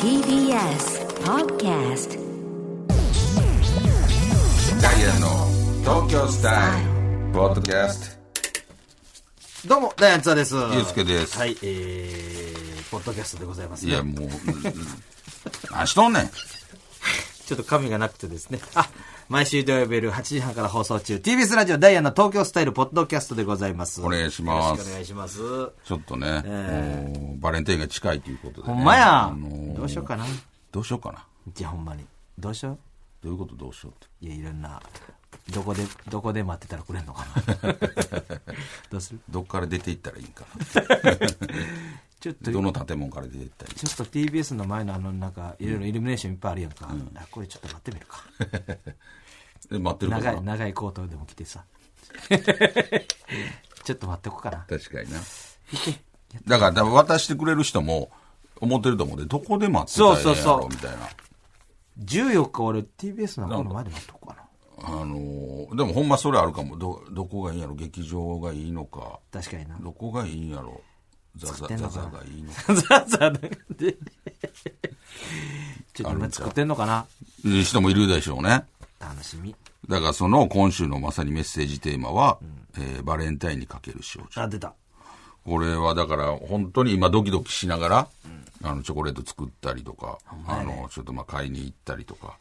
TBS Podcast ダイアンの東京スタイルポッドキャスどうも、ダイアンツアです。トゆうすけです、、はいい、えー、ポッドキャストでございます、ね。やもう 何しとんねんちょっと紙がなくてですね。あ、毎週土曜日夜8時半から放送中、TBS ラジオダイアンの東京スタイルポッドキャストでございます。お願いしますよろしくお願いします。ちょっとね、もうバレンタインが近いということで、ね、ほんまや、あのーどうしようかな。どうしようかなじゃあほんまに。どうしよどういうことどうしようってういや、いろんな、どこで、どこで待ってたらくれんのか な。どうするどっから出ていったらいいんかちょっとな どの建物から出ていったらいちょっと TBS の前のあの、なんか、いろいろイルミネーションいっぱいあるやんか。あこれちょっと待ってみるか。いえ待ってるか長、ない長いコートでも着てさ。 ちょっと待っておこうかな。確かになだからだから渡してくれる人も思ってると思うんでどこで待ってたらいいんそうやそうそろうみたいな14日俺 TBS のこの前で待っとこうかな。あのーでもほんまそれあるかもどどこがいいんやろ劇場がいいのか確か にな。どこがいいんやろザザってんザのかザながいいのかザザなんで。ちょっと今作ってんのかないう人もいるでしょうね。楽しみ。だからその今週のまさにメッセージテーマは、えーバレンタインにかける少女。あ、出た。これはだから本当に今ドキドキしながら、あのチョコレート作ったりとか、あの、ちょっとまあ買いに行ったりとか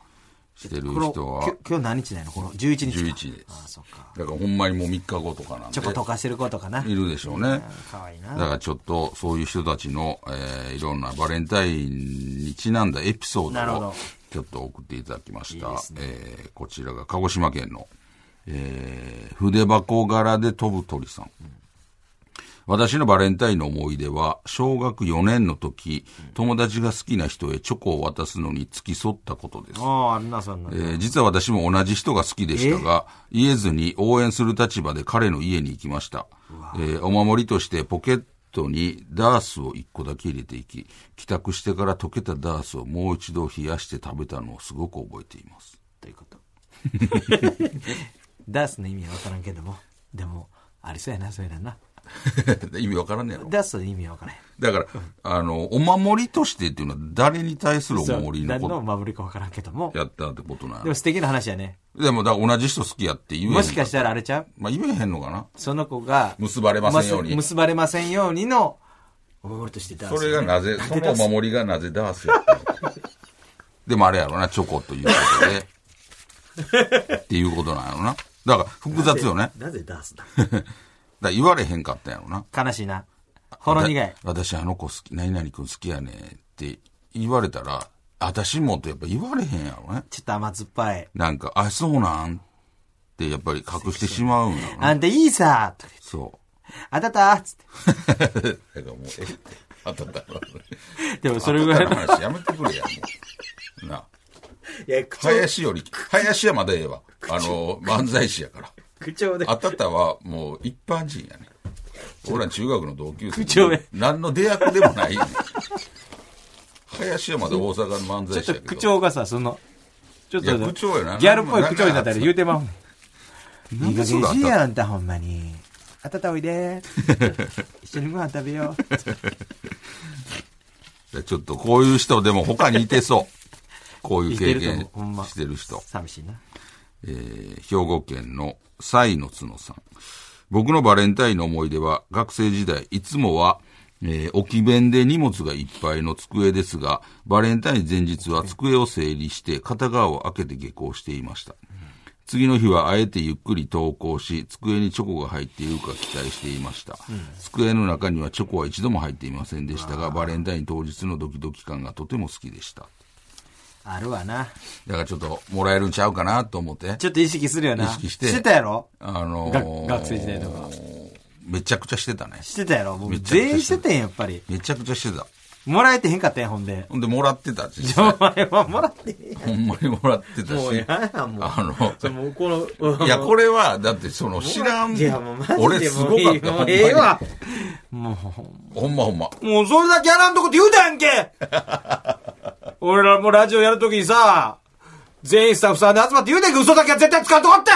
してるこの、人はきょ、今日何日なのこの11日か。 11ですあ、そっか。だからほんまにもう3日後とかなんチでョコ、溶かしてる子とかな。いるでしょうね。かわいいだかな。らちょっとそういう人たちの、えーいろんなバレンタインにちなんだエピソなーるドほをどちょっと送っていただきました。いいですねえーこちらが鹿児島県の、えー筆箱柄で飛ぶ鳥さん。私のバレンタインの思い出は、小学4年の時、友達が好きな人へチョコを渡すのに付き添ったことです。ああ、あるな、そんなの。えー実は私も同じ人が好きでしたが、言えずに応援する立場で彼の家に行きました。えーお守りとしてポケットにダースを1個だけ入れていき、帰宅してから溶けたダースをもう一度冷やして食べたのをすごく覚えています。ということ。ダースの意味はわからんけども。でも、ありそうやな、そうやな。 意味わからんねやろ。ダースの意味はわからん。だから、あの、お守りとしてっていうのは誰に対するおそう守りの何このと守りかわからんけども。やったってことなんでやも素敵な話やね。ろ。でも、だから同じ人好きやって言えへんもしかしたらあれちゃうまあ言えへんのかなその子が。結ばれませんように結結ばれませんようにの、お守りとしてダース。それがなぜ、そのお守りがなぜダースやったのか。でもあれやろな、チョコということで。っていうことなんやろな。だから複雑よね。だかなぜダースだら言われへんかったんやろな。悲しいな。ほろ苦い。わた私あの子好き、何々君好きやねんって言われたら、私もってやっぱ言われへんやろね。ちょっと甘酸っぱい。なんか、あ、そうなんってやっぱり隠してしまうんやろな。あんたいいさとか言 そってあたたつっう。だからもう、えって、あっただろて。でもそれぐらあいんたの話やめてくれや、もう。なあ。いや、口林より、林はまだええわ。あの、漫才師やから。口調で。あたたはもう一般人やね。俺ら中学の同級生。口調で何の出役でもない、ねん。林はまだ大阪の漫ち才ょっ師やとけど。口調がさ、その、ちょっと、いや口調やなギャルっぽい口調になったら言うてまうもん。なんでそんなしいやんた、ほん まに。あたたおいで。一緒にご飯食べよう。ちょっとこういう人でも他にいてそう。こういう経いてると験思うほんましてる人。寂しいな。えー兵庫県の西野角さん。僕のバレンタインの思い出は、学生時代、いつもは、えー置き弁で荷物がいっぱいの机ですが、バレンタイン前日は机を整理して、片側を開けて下校していました。次の日はあえてゆっくり登校し、机にチョコが入っているか期待していました。机の中にはチョコは一度も入っていませんでしたが、バレンタイン当日のドキドキ感がとても好きでした。あるわな。だからちょっともらえるんちゃうかなと思って。ちょっと意識するよな。意識してしてたやろあのがー学生時代とか。めちゃくちゃしてたね。してたやろもめうちゃくちゃしてた全員しててん、やっぱり。めちゃくちゃしてた。もらえてへんかったやん、ほん で。ほんで、もらってたし。お 前はもらってへんやほんまにもらってたん。もうしや。やん、もう。あそれもうこの、の、いや、これは、だって、その、知らん。いや、もうマジでもう俺、すごかいっいた。ほんまもうにええわ。もう、ほんまほんま。もうそれだけやらんとこって言うたやん け俺らもラジオやるときにさ、全員スタッフさんで集まって言うたやんけ嘘だけは絶対使うとこって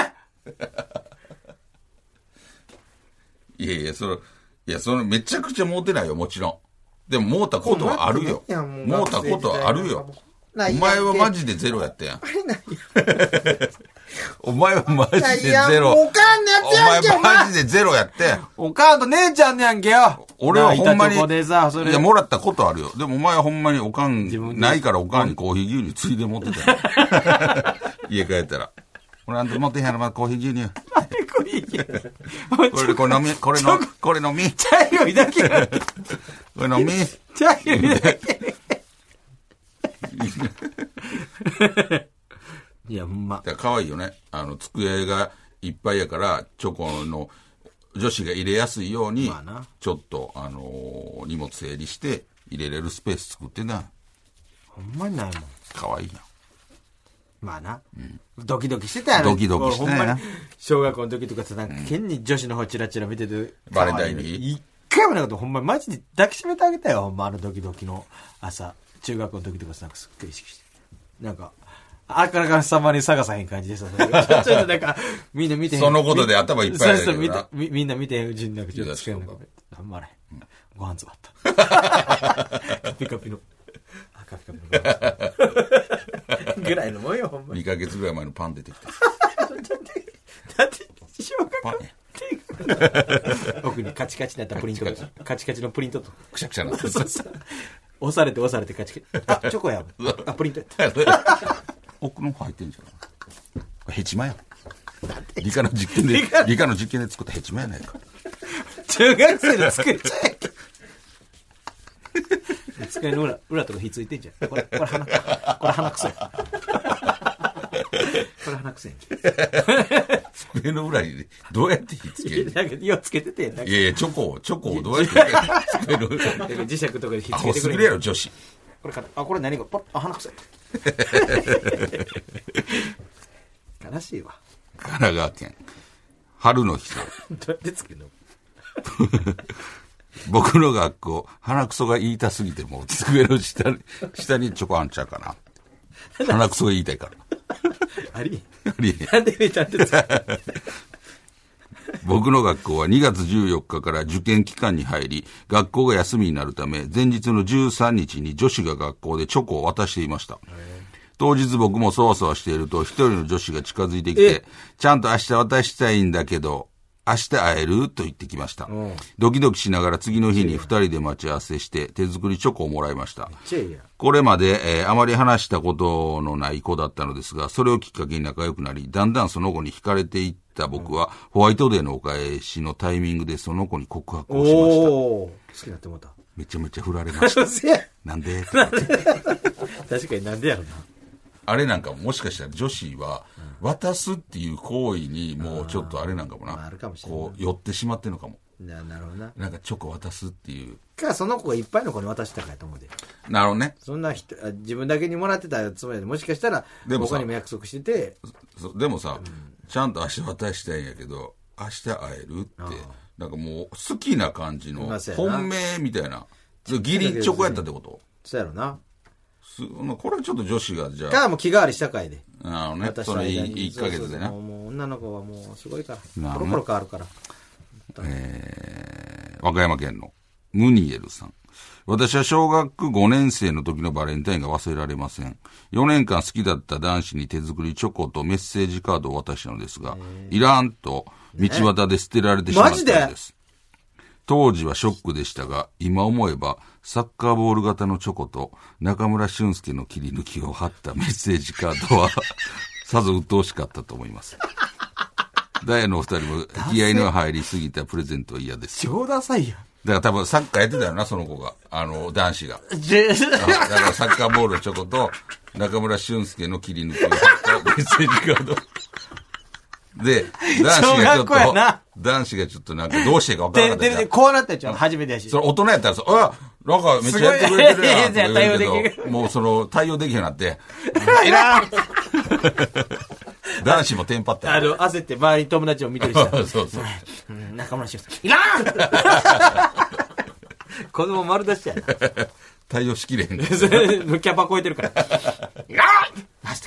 いやいや、その、いや、その、めちゃくちゃモテないよ、もちろでも、もうたことはあるよ。もうたことはあるよ。お前はマジでゼロやったやん。 お前はマジでゼロ。おかんのやおつや前んけ、おマジ前でゼロやってん。おかんと姉ちゃんのやんけよ。俺はほんまなあいに、たとこでさ、それ。いや、もらったことあるよ。でもお前はほんまにおか分ん、でないからおかんにコーヒー牛乳ついで持って たよ家帰ったら。俺あんた持ってへんやろ、まだコーヒー牛乳。これいいやんこれ、これ飲み、これの、これ飲み、茶色いだけやんけ。これ飲み。茶色いだけやん。いや、ほんま。だから可愛いよね。あの、机がいっぱいやから、チョコの女子が入れやすいようにまあな、ちょっと、あのー荷物整理して、入れれるスペース作ってな。ほんまにないもん。可愛いやん。まあな。ドキドキしてたやろ。ドキドキしてたほやんなまに小学校の時とかさ、なんか、変に女子の方チラチラ見てて。バレンタインに一回もなかった。ほんまにマジで抱きしめてあげたよ。ほんま、あのドキドキの朝。中学校の時とかさ、なんかすっごい意識して。なんか、あからからさまに探さへん感じでさ、ちょっとなん か、みんな見てへん。そのことで頭いっぱいやけどなそうそう見てみみんな見てへんうちになんかちょっと机の中で頑張れ。ご飯詰 まった。カピカピの。あカピカピのご飯詰まった。ぐらいのもんよ、ほんまに2ヶ月ぐらい前のパン出てきた。だって、小学パ校ンや。奥にカチカチになったプリントとカチカカチカチのプリントと。くしゃくしゃなってそうそう押されて押されてカチカチ。あ、チョコや。あ、プリントやった。 奥の方入ってんじゃん。これヘチマや。理科の実験で理科、理科の実験で作ったヘチマやないか。中学生で作っちゃえ。机の裏、裏とか火ついてんじゃん。これ、これ鼻、これ鼻くそや。これ鼻くそやんけ。机の裏にどうやって火つけるなんか、ようつけてて、なんいか、やいや、チョコを、チョコをどうやって机の裏に。 なんか磁石とかで火アつけホてすくぎれるやへん。ろ、女子。これかなあ、これ何がパッ、あ、鼻くそや。 悲しいわ。神奈川県。春の日さん。どうやってつけるの僕の学校、鼻くそが言いたすぎて、もう机の下に、下にチョコあんちゃうかな。鼻くそが言いたいから。ありありえんなんで入れたんですか僕の学校は2月14日から受験期間に入り、学校が休みになるため、前日の13日に女子が学校でチョコを渡していました。当日僕もそわそわしていると、一人の女子が近づいてきてえ、ちゃんと明日渡したいんだけど、明日会えると言ってきました。ドキドキしながら次の日に二人で待ち合わせして、手作りチョコをもらいました。チェイや。これまで、えーあまり話したことのない子だったのですが、それをきっかけに仲良くなり、だんだんその子に惹かれていった僕は、ホワイトデーのお返しのタイミングでその子に告白をしました。おー。好きになってもうた。めちゃめちゃ振られました。 なんでとか 確かになんでやろな。あれなんかももしかしたら女子は、渡すっていう行為にもうちょっとあれなんかもまああなるかも、しれないこう寄ってしまってるのかも。ななるほどな。なんかチョコ渡すっていう。か、その子がいっぱいの子に渡したかやと思うで。なるほどね。そんな人、あ自分だけにもらってたつもりで、もしかしたら、でもさ他にも約束してて、そでもさ、ちゃんと明日渡したいんやけど、明日会えるって、なんかもう好きな感じのまあそうやな本命みたいな。でギリチョコやったってことそうやろな。すまあこれはちょっと女子がじゃあ、か、もう気変わりしたかいで。あのね、私その1ヶ月でなもう。もう女の子はもうすごいかなるら。ほどコロねコロ変わるから。えー和歌山県のムニエルさん。私は小学5年生の時のバレンタインが忘れられません。4年間好きだった男子に手作りチョコとメッセージカードを渡したのですが、いらんと道端で捨てられてしまったマのジで。です当時はショックでしたが、今思えば、サッカーボール型のチョコと中村俊介の切り抜きを貼ったメッセージカードは、さぞ鬱陶しかったと思います。ダイヤのお二人も気合いの入りすぎたプレゼントは嫌です。だ超ダサいや。から多分サッカーやってたよな、その子が。あの、男子が。ぜあだからサッカーボールのチョコと中村俊介の切り抜きを貼ったメッセージカード。で、男子がちょっ小学校やとな、男子がちょっとなんかどうしていいか分からなてかったじてゃんて、こうなったやつは初めてやしそ。れ大人やったらさ、あなんかめっちゃやってくれてるやんとか言うすごいいやいやいや対応でけきど、もうその対応できへんようになって、いらん男子もテンパったあよ。の、焦って周りに友達を見てる人。そうそう。うん中村俊介。いらん子供丸出しやな。対応しきれへん。それもうキャパ超えてるから。いらんマジ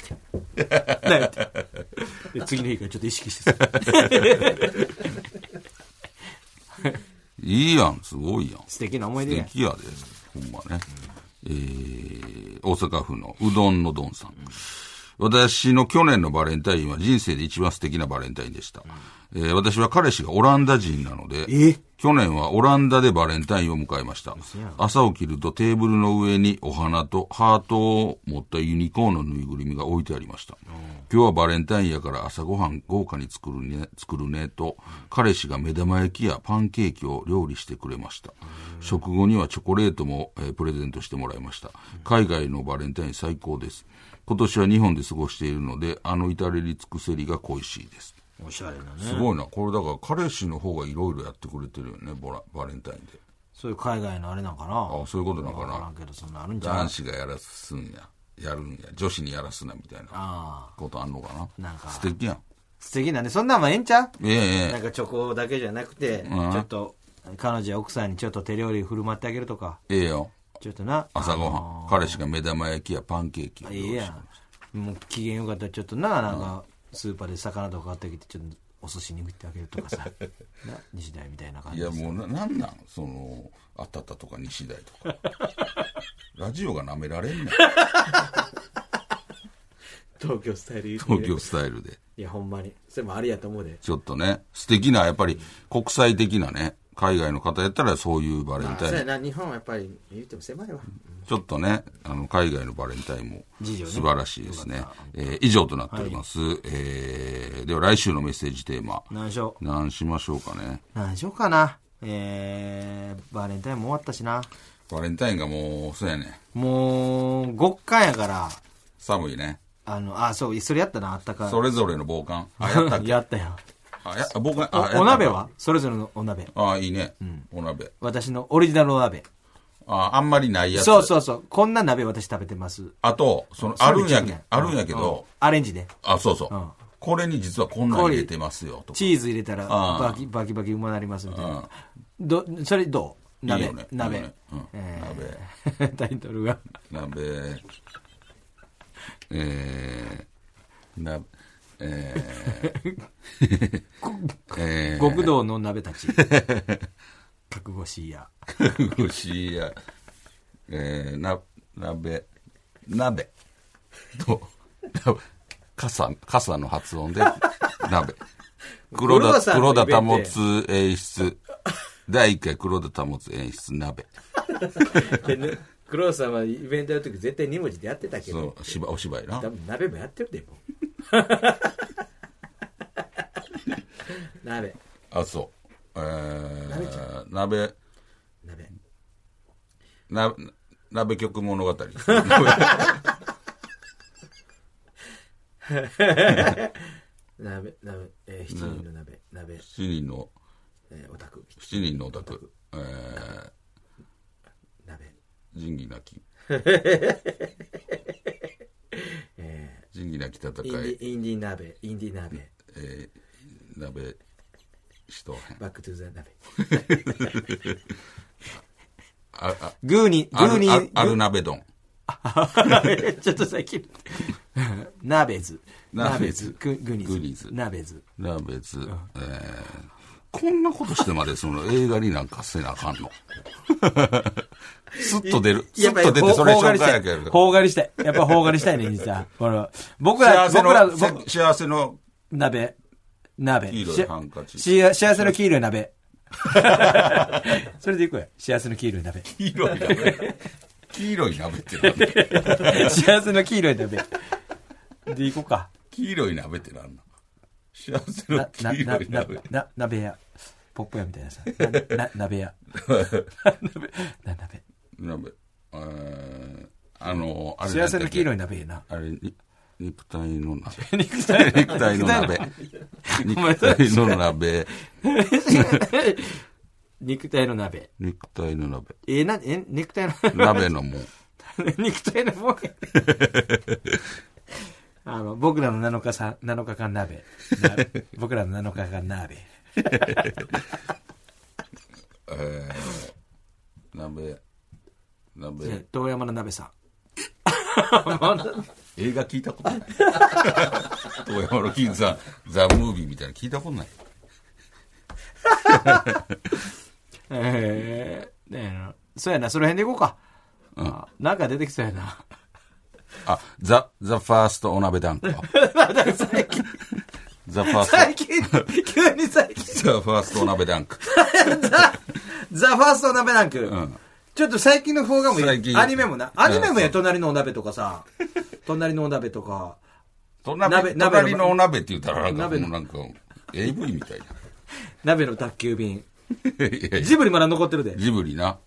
で。なんやってで次の日からちょっと意識してさ。いいやん、すごいやん。素敵な思い素出や。敵やで。ほんまね。えー、大阪府のうどんのどんさん。私の去年のバレンタインは人生で一番素敵なバレンタインでした。えー私は彼氏がオランダ人なので、え去年はオランダでバレンタインを迎えました。朝起きるとテーブルの上にお花とハートを持ったユニコーンのぬいぐるみが置いてありました。今日はバレンタインやから朝ごはん豪華に作るね、作るねと、彼氏が目玉焼きやパンケーキを料理してくれました。食後にはチョコレートも、えープレゼントしてもらいました。海外のバレンタイン最高です。今年は日本で過ごしているので、あの至れり尽くせりが恋しいです。おしゃれなね。すごいな。これだから彼氏の方がいろいろやってくれてるよね、ボラバレンタインで。そういう海外のあれなんかなあそういうことなのかわからんな。けど、そんなあるんじゃない男子がやらすんや。やるんや。女子にやらすな、みたいなああ。ことあんのかな。なんか素敵やん。素敵だね。そんなんはええんちゃうえええなんえかチョコだけじゃなくて、うんちょっと、彼女や奥さんにちょっと手料理振る舞ってあげるとか、ええよ。ちょっとな。朝ごはん。彼氏が目玉焼きやパンケーキを用意いいしてやん。もう機嫌よかったらちょっとな、なんか、スーパーで魚とか買ってきて、ちょっとお寿司に振ってあげるとかさ。 な、西大みたいな感いじでやさ。もうな、なんなんその、あったったとか西大とか。 ラジオが舐められんねん。東京スタイルいいね東京スタイルで。いや、ほんまに。それもありやと思うで。ちょっとね、素敵な、やっぱり国際的なね、海外の方やったらそういうバレンタイン。な、日本はやっぱり言っても狭いわ。ちょっとね、あの、海外のバレンタインも事情ね素晴らしいですね。えー以上となっております。えーでは来週のメッセージテーマ。何でしょう。何しましょうかね。何でしょうかな。えー、バレンタインも終わったしな。バレンタインがもう、そうやね。もう、極寒やから、寒いね。あの、あ、そう、それやったな、あったかい。それぞれの防寒。あ、やったっけ やったよ。あ、や、あ防寒。あやったっけおお鍋はそれぞれのお鍋。あいいね。お鍋。私のオリジナルお鍋。ああんまりないやつ。そうそうそう。こんな鍋私食べてます。あと、その、あるんやそれけで十分、あるんやけうんど、アレンジで。あ、そうそう。うんこれに実はこんなん入れてますよ、とか。チーズ入れたらあバキバキバキうまなりますみたいうんな。ど、それどういい鍋よね。いい鍋よねうん。えー タイトルが。鍋、えー、な、えー、え極道の鍋たち。 覚悟しいや。ー、ごしや、えー、な、鍋、鍋と、傘、傘の発音で、鍋。黒五郎田、さんの黒イベント田保つ演出。第1回黒田保つ演出鍋。でね、クロさんはイベントやるとき絶対2文字でやってたけそう、芝お芝居な。分鍋もやってるで、もう。 鍋、あ、そう。えー、鍋、鍋。な、鍋曲物 語。鍋、鍋、えー、七人の鍋、鍋、七人の、えー、オタク、七人のオタク、えー、鍋、仁義な き、え仁義なき戦ー、インデい、ィ、インディ鍋、インディ鍋、えー、鍋、人編。バックトゥーザ鍋。あ、あ、グーに、グあーる、に、あるある鍋丼。 ちょっと最近。鍋ズ。鍋鍋ズズ。グーニグーニーーズズ。鍋ズ。鍋津、えー、こんなことしてまでその映画になんかせなあか んの。スッと出る。スやっッぱりと出てそれほうが紹介りしたやいけど。ほうがりしたい。やっぱほうがりしたいね、実は。これ僕ら、幸せ僕ら、の、僕せ幸せの、鍋。鍋。黄色いしハンカチし幸せの黄色い鍋。 それでいこうよ。幸せの黄色い鍋。黄色い鍋。黄色い鍋ってなんだ 幸せの黄色い鍋。でいこうか。黄色い鍋ってなんな幸せのな、な、黄な色い、な鍋。、な、鍋屋。ポップ屋みたいなさ。な、な鍋 屋。鍋、な、鍋。鍋。えーあの、あれなんだっけ。幸せの黄色い鍋やな。あれ、に肉体の鍋。 肉体肉体の鍋。肉体の鍋。 肉体の鍋。肉体の鍋。えー、な、え、肉体の、鍋のもん。 肉体のもん あの、僕らの7日さ、7日間鍋。な僕らの7日間鍋。えー鍋。鍋。遠山の鍋 さん。映画聞いたことない。 遠山の金さん、ザ・ムービーみたいなの聞いたことない。えー、ねえなそうやな、その辺でいこうか。あなんか出てきそう やな。あ、ザ、ザファーストお鍋団 子。最近、ザファース最近、急に最近、ト。ザファーストお鍋団子。ザ、ザファーストお鍋なんく、んちょっと最近の方がも最いい。近アニメもな。アニメもうや、ん隣のお鍋とかさ、隣のお鍋とか、隣 鍋隣のお鍋って言ったらなんか、鍋もうのなんか、AV みたいな。鍋の宅急便。い やいやジブリまだ残ってるで。 ジブリな。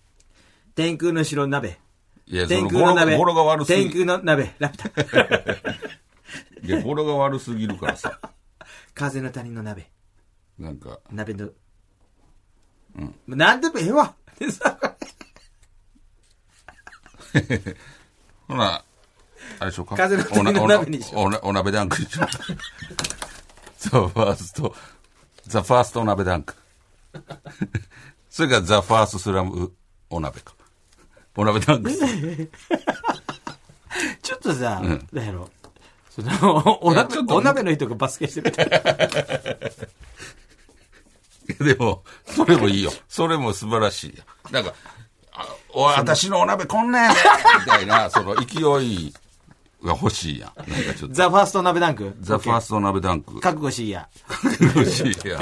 天空の城鍋。いや、そ天の、空語呂のが鍋。語呂が悪すぎ天る。空の鍋。ラピュタ いや、語呂が悪すぎるからさ。風の谷の鍋。なんか、鍋の。うん。なんでもええわ。 でさほら、あれでしょうか。風の谷のおな鍋にしよおなお鍋ダンクにしよう。 ザ・ファースト、ザ・ファーストお鍋ダン ク。それからザ・ファーストスラムお鍋か。お鍋 ダンク。ちょっとさ、なんやろ。その、おいや鍋ちょっ、とお鍋の人がバスケしてる。 でも、それもいいよ。それも素晴らしいよ。なんか、あお私のお鍋こんなんや でみたいな、その勢いが欲しいやん。なんかちょっと。ザ・ファースト鍋ダンク。ザ・ファーストお鍋ダンク。覚悟しいや。欲しいや。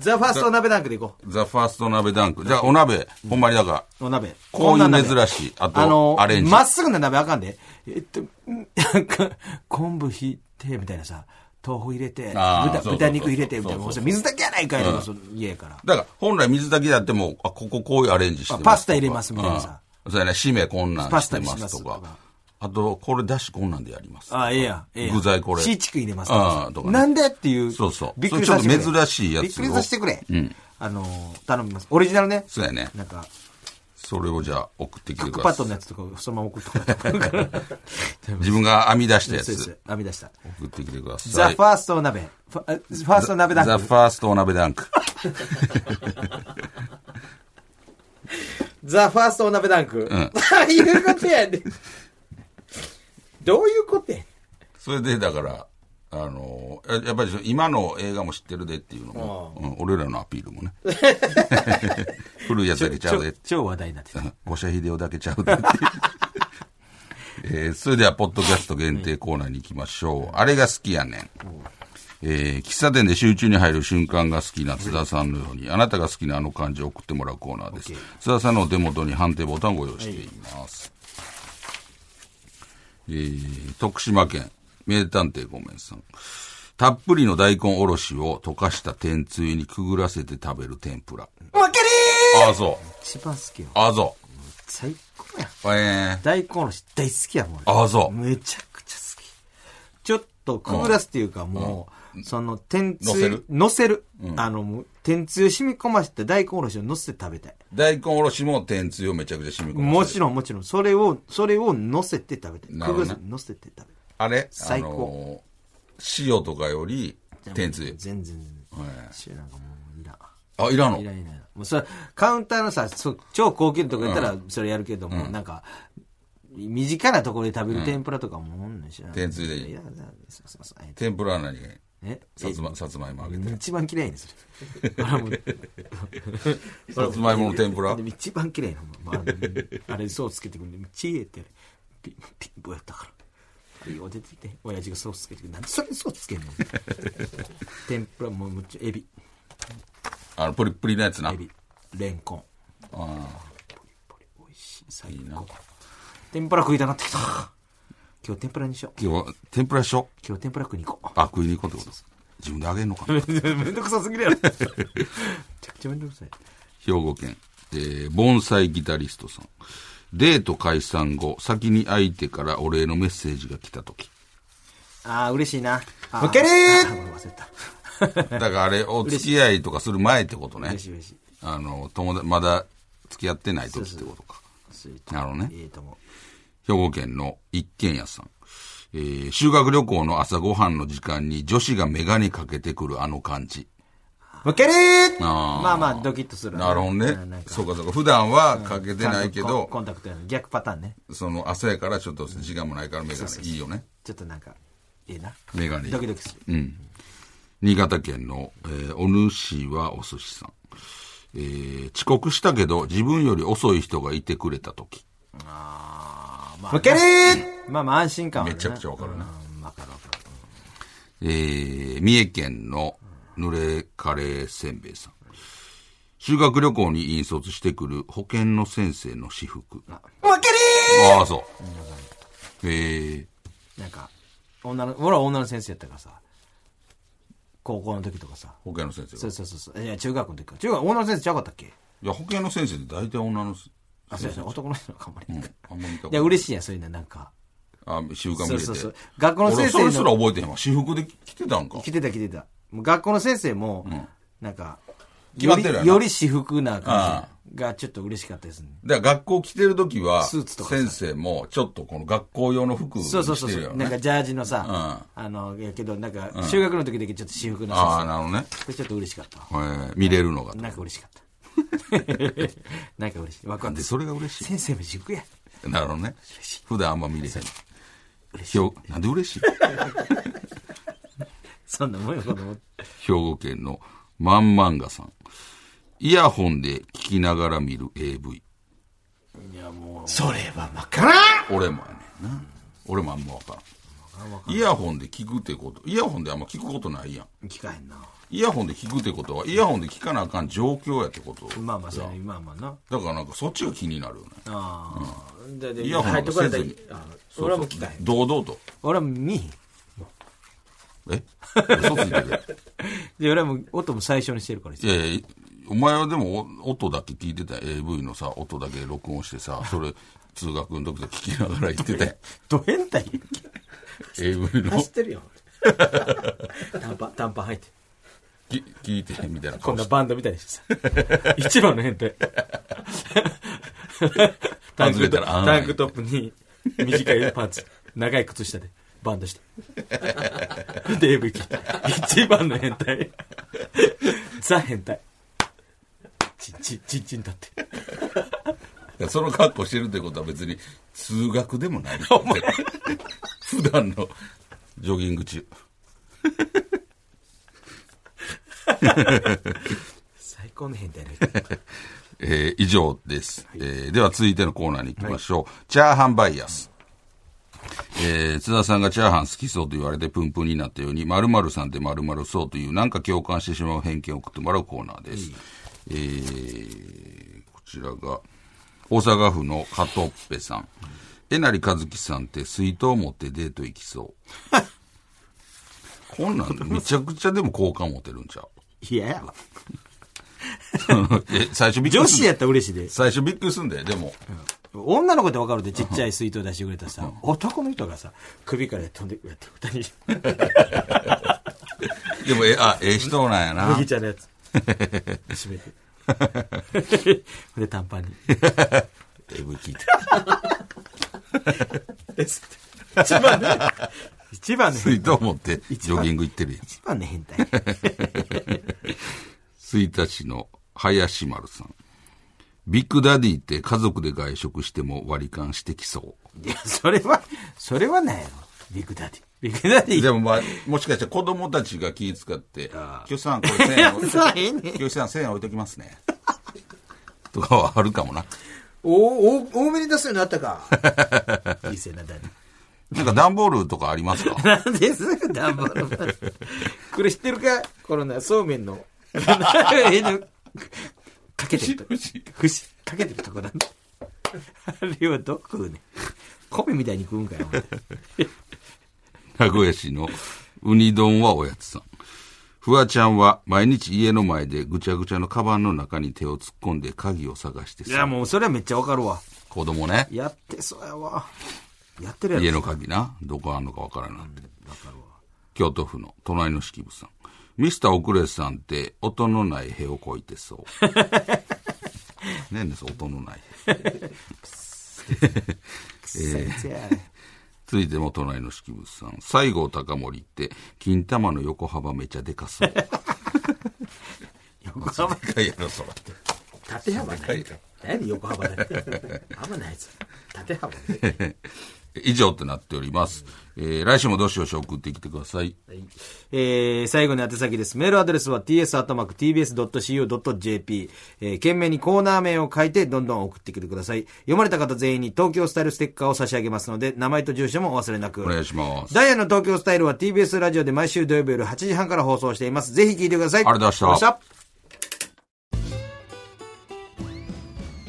ザ・ファースト鍋ダンクでいこザ・ファースト鍋ダンク。 じゃあ、お鍋、ほんまになんか、う。お鍋。こういんなう鍋珍しい。あと、あの、アレンジ。まっすぐな鍋あかんで。えっと、んなんか、昆布ひいて、みたいなさ、豆腐入れて、あーそうそ豚うそう豚肉入れて、みたいな。そうそうそうもうそれ水だけやないかいとか、その家やから。だから、本来水炊きだっても、あ、こここういうアレンジしてますとかあパスタ入れますみたいなさ。うんそうやね、締めこんなんパしスてタにしまますすととかか。あと、これだしこんなんでやります。ああ、ええやん。ええやん具材これ。シーチク入れますああ、とかねなんでっていう。そうそうびっくりさせてくれ。それちょっと珍しいやつをびっくりさせてくれ。うんあの、頼みます。オリジナルね。そうやね。なんか、それをじゃあ、送ってきてクくッだパさいッドの。やつとか、そのまま送ってくれた。自分が編み出したやそうですつ。。編み出した。送ってきてください。ザ・ファースト鍋。ファファースト鍋だ。ザ・ファーストお鍋ダンク。ザ・ファーストお鍋ダンク。んいうことやねん。どういうことやねんそれで、だから、あのややっぱり今の映画も知ってるでっていうのも、うん俺らのアピールも ね。古いやつだけちゃうでって超話題になってた。 五社秀夫だけちゃうで っていう。えーそれでは、ポッドキャスト限定コーナーに行きましょう。あれが好きやねん。えー喫茶店で集中に入る瞬間が好きな津田さんのように、あなたが好きなあの漢字を送ってもらうコーナーです。津田さんのお手元に判定ボタンをご用意しています。えー徳島県、名探偵ごめんさん。たっぷりの大根おろしを溶かした天つゆにくぐらせて食べる天ぷら。負けりああ、そう。一番好きよ。ああ、そう。最高やん。え大根おろし大好きやもん。ああそうめちゃくちゃ好き。ちょっとくぐらすっていうかもう、その、天つゆ、乗せる。あの、もう天つゆ染み込ませて大根おろしを乗せて食べたい。ー大根おろしも天つゆをめちゃくちゃ染み込まもせちてろんもちろん。それを、それを乗せて食べたい。なるくほぐどらねす、乗せて食べたい。あれ最高あのー塩とかより天つゆ全然全然。えしなんかもういらん。あいらんのいらんいらんいらんもうそれ、カウンターのさ、そう超高級なとこやったらそれやるけども、なんか、身近なところで食べる天ぷらとかも、うん、知らん。天つゆでいいいや、いやすいませんすいません。天ぷらは何がいいえさつまさつまいもあげて一番嫌いね、それ。俺はもうさつまいもの天ぷらでも一番嫌いな、ほんまあれ、あれソースつけてくるんで、ちえって、ピン、ピンポやったから。あれよう出てきて、親父がソースつけてくる。なんでそれにソースつけんの天ぷらも、もちろんエビ、あのプリプリのやつなエビ、レンコン。あ美味しい、最高。天ぷら食いたなってきた。今日天ぷらにしよう。ー今日は天ぷらしょ今日天ぷら食いに行こあ食いに行こうってこと自分であげんのかなう。めんどくさすぎるやろ。めちゃくちゃめんどくさい。兵庫県、えー、盆栽ギタリストさんデート解散後先に相手からお礼のメッセージが来た 時ああ、嬉しいな。負けるあー忘れだた。からあれお付き合いとかする前ってことね嬉しい嬉しい。あの友達まだ付き合ってない時ってことかスイーなるほどねト。いいと思う。兵庫県の一軒家さん。えー修学旅行の朝ご飯の時間に女子がメガネかけてくるあの感じ。負けるあーまあまあ、ドキッとするわ。なるほどねなん。かそうかそうか。普段はかけてないけちゃんとコンど、コンタクトやの逆パターンね。その朝やからちょっと時間もないからメガネ。いいよね。ちょっとなんか、いいな。メガネ。ドキドキする。新潟県の、えーお主はお寿司さん。えー遅刻したけど自分より遅い人がいてくれた時。あまあ負けるまあまあ安心感はあるめちゃくちゃわかるなうんわかるわかる。えー、三重県の濡れカレーせんべいさん。修学旅行に引率してくる保健の先生の私服。あ負けるあ、そう。えー、なんか、女の、俺は女の先生やったからさ、高校の時とかさ、保健の先生そうが。そうそうそう、いや、中学の時か。中学、女の先生ちゃうかったっけいや、保健の先生って大体女の先あ、そうやね、男の人のかあんまりういんない。あんま見たこといや、嬉しいやん、そういうの、なんか。あ、習慣見れて。そうそうそう学校の先生俺のそれすら覚えてへんわ。私服で着てたんか。来てた来てた。もう学校の先生も、んなんか、決まってるよなよりより私服な感あじがちょっと嬉しかったですね。だから学校着てる時は、スーツとかさ先生もちょっとこの学校用の服着そうそうそうてそるよう。ね。なんかジャージのさ、あの、やけど、なんか、修学の時だけちょっと私服のああ、さ、なるほどね。これちょっと嬉しかったわえ。ー見れるのが。なんか嬉しかった。 なんか嬉しい。ワクワクですそれが嬉しい。先生も私服や。なるほどね。普段あんま見れへん。嬉しひい。ょなんで嬉しいそんなもんよ、この。 兵庫県のまんまんがさん。イヤホンで聞きながら見る AV。いや、もう。それはわからん俺もやねんな。俺もあんまわからん。イヤホンで聞くってこと、イヤホンであんま聞くことないやん。聞かへんな。イヤホンで聞くってことは、イヤホンで聞かなあかん状況やってこと。まあまあ、それ、まあまあな。だからなんかそっちが気になるよね。ああ。で、で、イヤホン入ってこられたらせずにあ俺はもう聞かへん。堂々と。俺は見えへん。え嘘ついてる。で、俺はもう音も最小にしてるから。いやいやお前はでもお音だけ聞いてた AV のさ、音だけ録音して さ、それ、通学の時と聞きながら言ってたやんド変態 AV の走って るよ。短パン、短パン入って。き聞いてへんみたいな顔こんなして。バンドみたいにしてさ。一番の変 態。タン外れたクトップらあんタンクトップに短いパンツ、長い靴下でバンドして。で、エブキ。一番の変態。ザ変態。ちんちん、ちんちんだって。いやその格好してるってことは別に通学でもない。 普段のジョギング中。最高の変態の人。えー以上です、えーでは続いてのコーナーに行きましょう。チャーハンバイアス。えー津田さんがチャーハン好きそうと言われてプンプンになったように、〇〇さんって〇〇そうというなんか共感してしまう偏見を送ってもらうコーナーです。えーこちらが、大阪府の加藤っぺさん。えなりかずきさんって水筒持ってデート行きそう。 こんなんめちゃくちゃでも好感持てるんちゃういややわ。 え、最初びっく女りす子んやったら嬉しいで。最初びっくりすんで、でも。女の子ってわかるで、ちっちゃい水筒出してくれたらさ、男の人がさ、首から飛んでくるやって、二人、でも、え、あ、ええ人なんやな麦。茶のやつ。閉めて。ほんで、短パンに。えぶ聞いて。ですって。一番ね。一番ね。水筒持って、ジョギング行ってるやん。一番ね、変態。水田市の林丸さん。ビッグダディって家族で外食しても割り勘してきそいや、それは、それはなんやろ。ビッグダディ。ビッグダデう。ィ。でもまあ、もしかしたら子供たちが気使って、教師さんこれ1000円置いい やそうええねん教師さん1000円置いときますね。とかはあるかもな。お、お、多めに出すようになったか。いいせな、ダデなんか段ボールとかあります かィ。なんですぐダンボール。これ知ってるかこのな、そうめん の。えのかけてるとこ。節かけてるとこなんだ。あれはどこ食うねん米みたいに食うんかよ。思って名古屋市のウニ丼はおやつさん。フワちゃんは毎日家の前でぐちゃぐちゃのカバンの中に手を突っ込んで鍵を探していや、さ。もうそれはめっちゃわかるわ。子供ね。やってそうやわ。やってるやろ。家の鍵な。どこあんのかわからんなんて。京都府の隣の式部さん。ミスターオクレスさんって音のない塀をこいて そう。ねえねえ、音のない塀。最低や続いても隣の式部さん。西郷隆盛って金玉の横幅めちゃでか そう。横幅、でかいやろ、そら。縦幅ないい。やろ 何横幅だよ。幅ないやつ。縦幅ね。 以上となっております。えー来週もどしどし送ってきてください。えー最後に宛先です。メールアドレスは ts.tbs.co.jp。えー、懸命にコーナー名を書いてどんどん送ってきてください。読まれた方全員に東京スタイルステッカーを差し上げますので、名前と住所もお忘れなく。お願いしますダイヤの東京スタイルは TBS ラジオで毎週土曜日夜8時半から放送しています。ぜひ聞いてください。ありがとうございましたありがとうございました。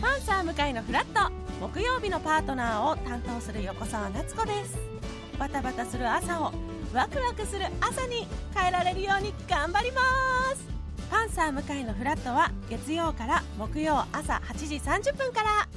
パンサー向かいのフラット木曜日のパートナーを担当する横澤夏子ですバタバタする朝をワクワクする朝に変えられるように頑張りますパンサー向かいのフラットは月曜から木曜朝8時30分から